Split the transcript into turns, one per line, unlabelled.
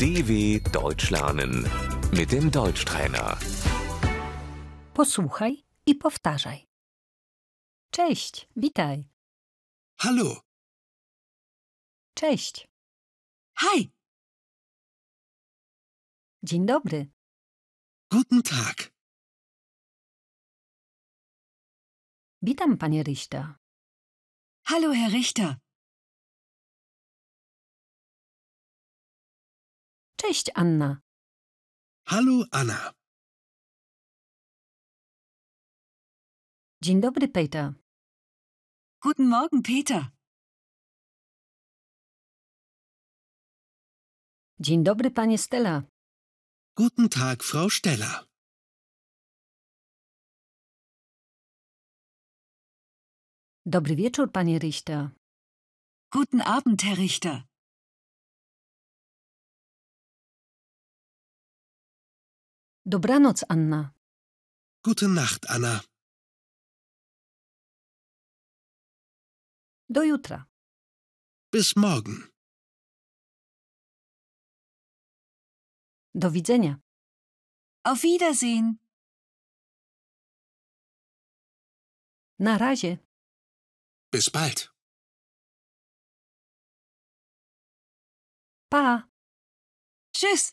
DW Deutsch lernen mit dem Deutschtrainer.
Posłuchaj i powtarzaj. Cześć, witaj.
Hallo,
Cześć.
Hi,
Dzień dobry.
guten Tag.
Witam, panie Richter.
hallo Herr Richter.
Cześć, Anna.
Hallo, Anna.
Dzień dobry, Peter.
Guten Morgen, Peter.
Dzień dobry, panie Stella.
Guten Tag, Frau Steller.
Dobry wieczór, panie Richter.
Guten Abend, Herr Richter.
Dobranoc, Anna.
Gute Nacht, Anna.
Do jutra.
Bis morgen.
Do widzenia.
Auf Wiedersehen.
Na razie.
Bis bald.
Pa.
Tschüss.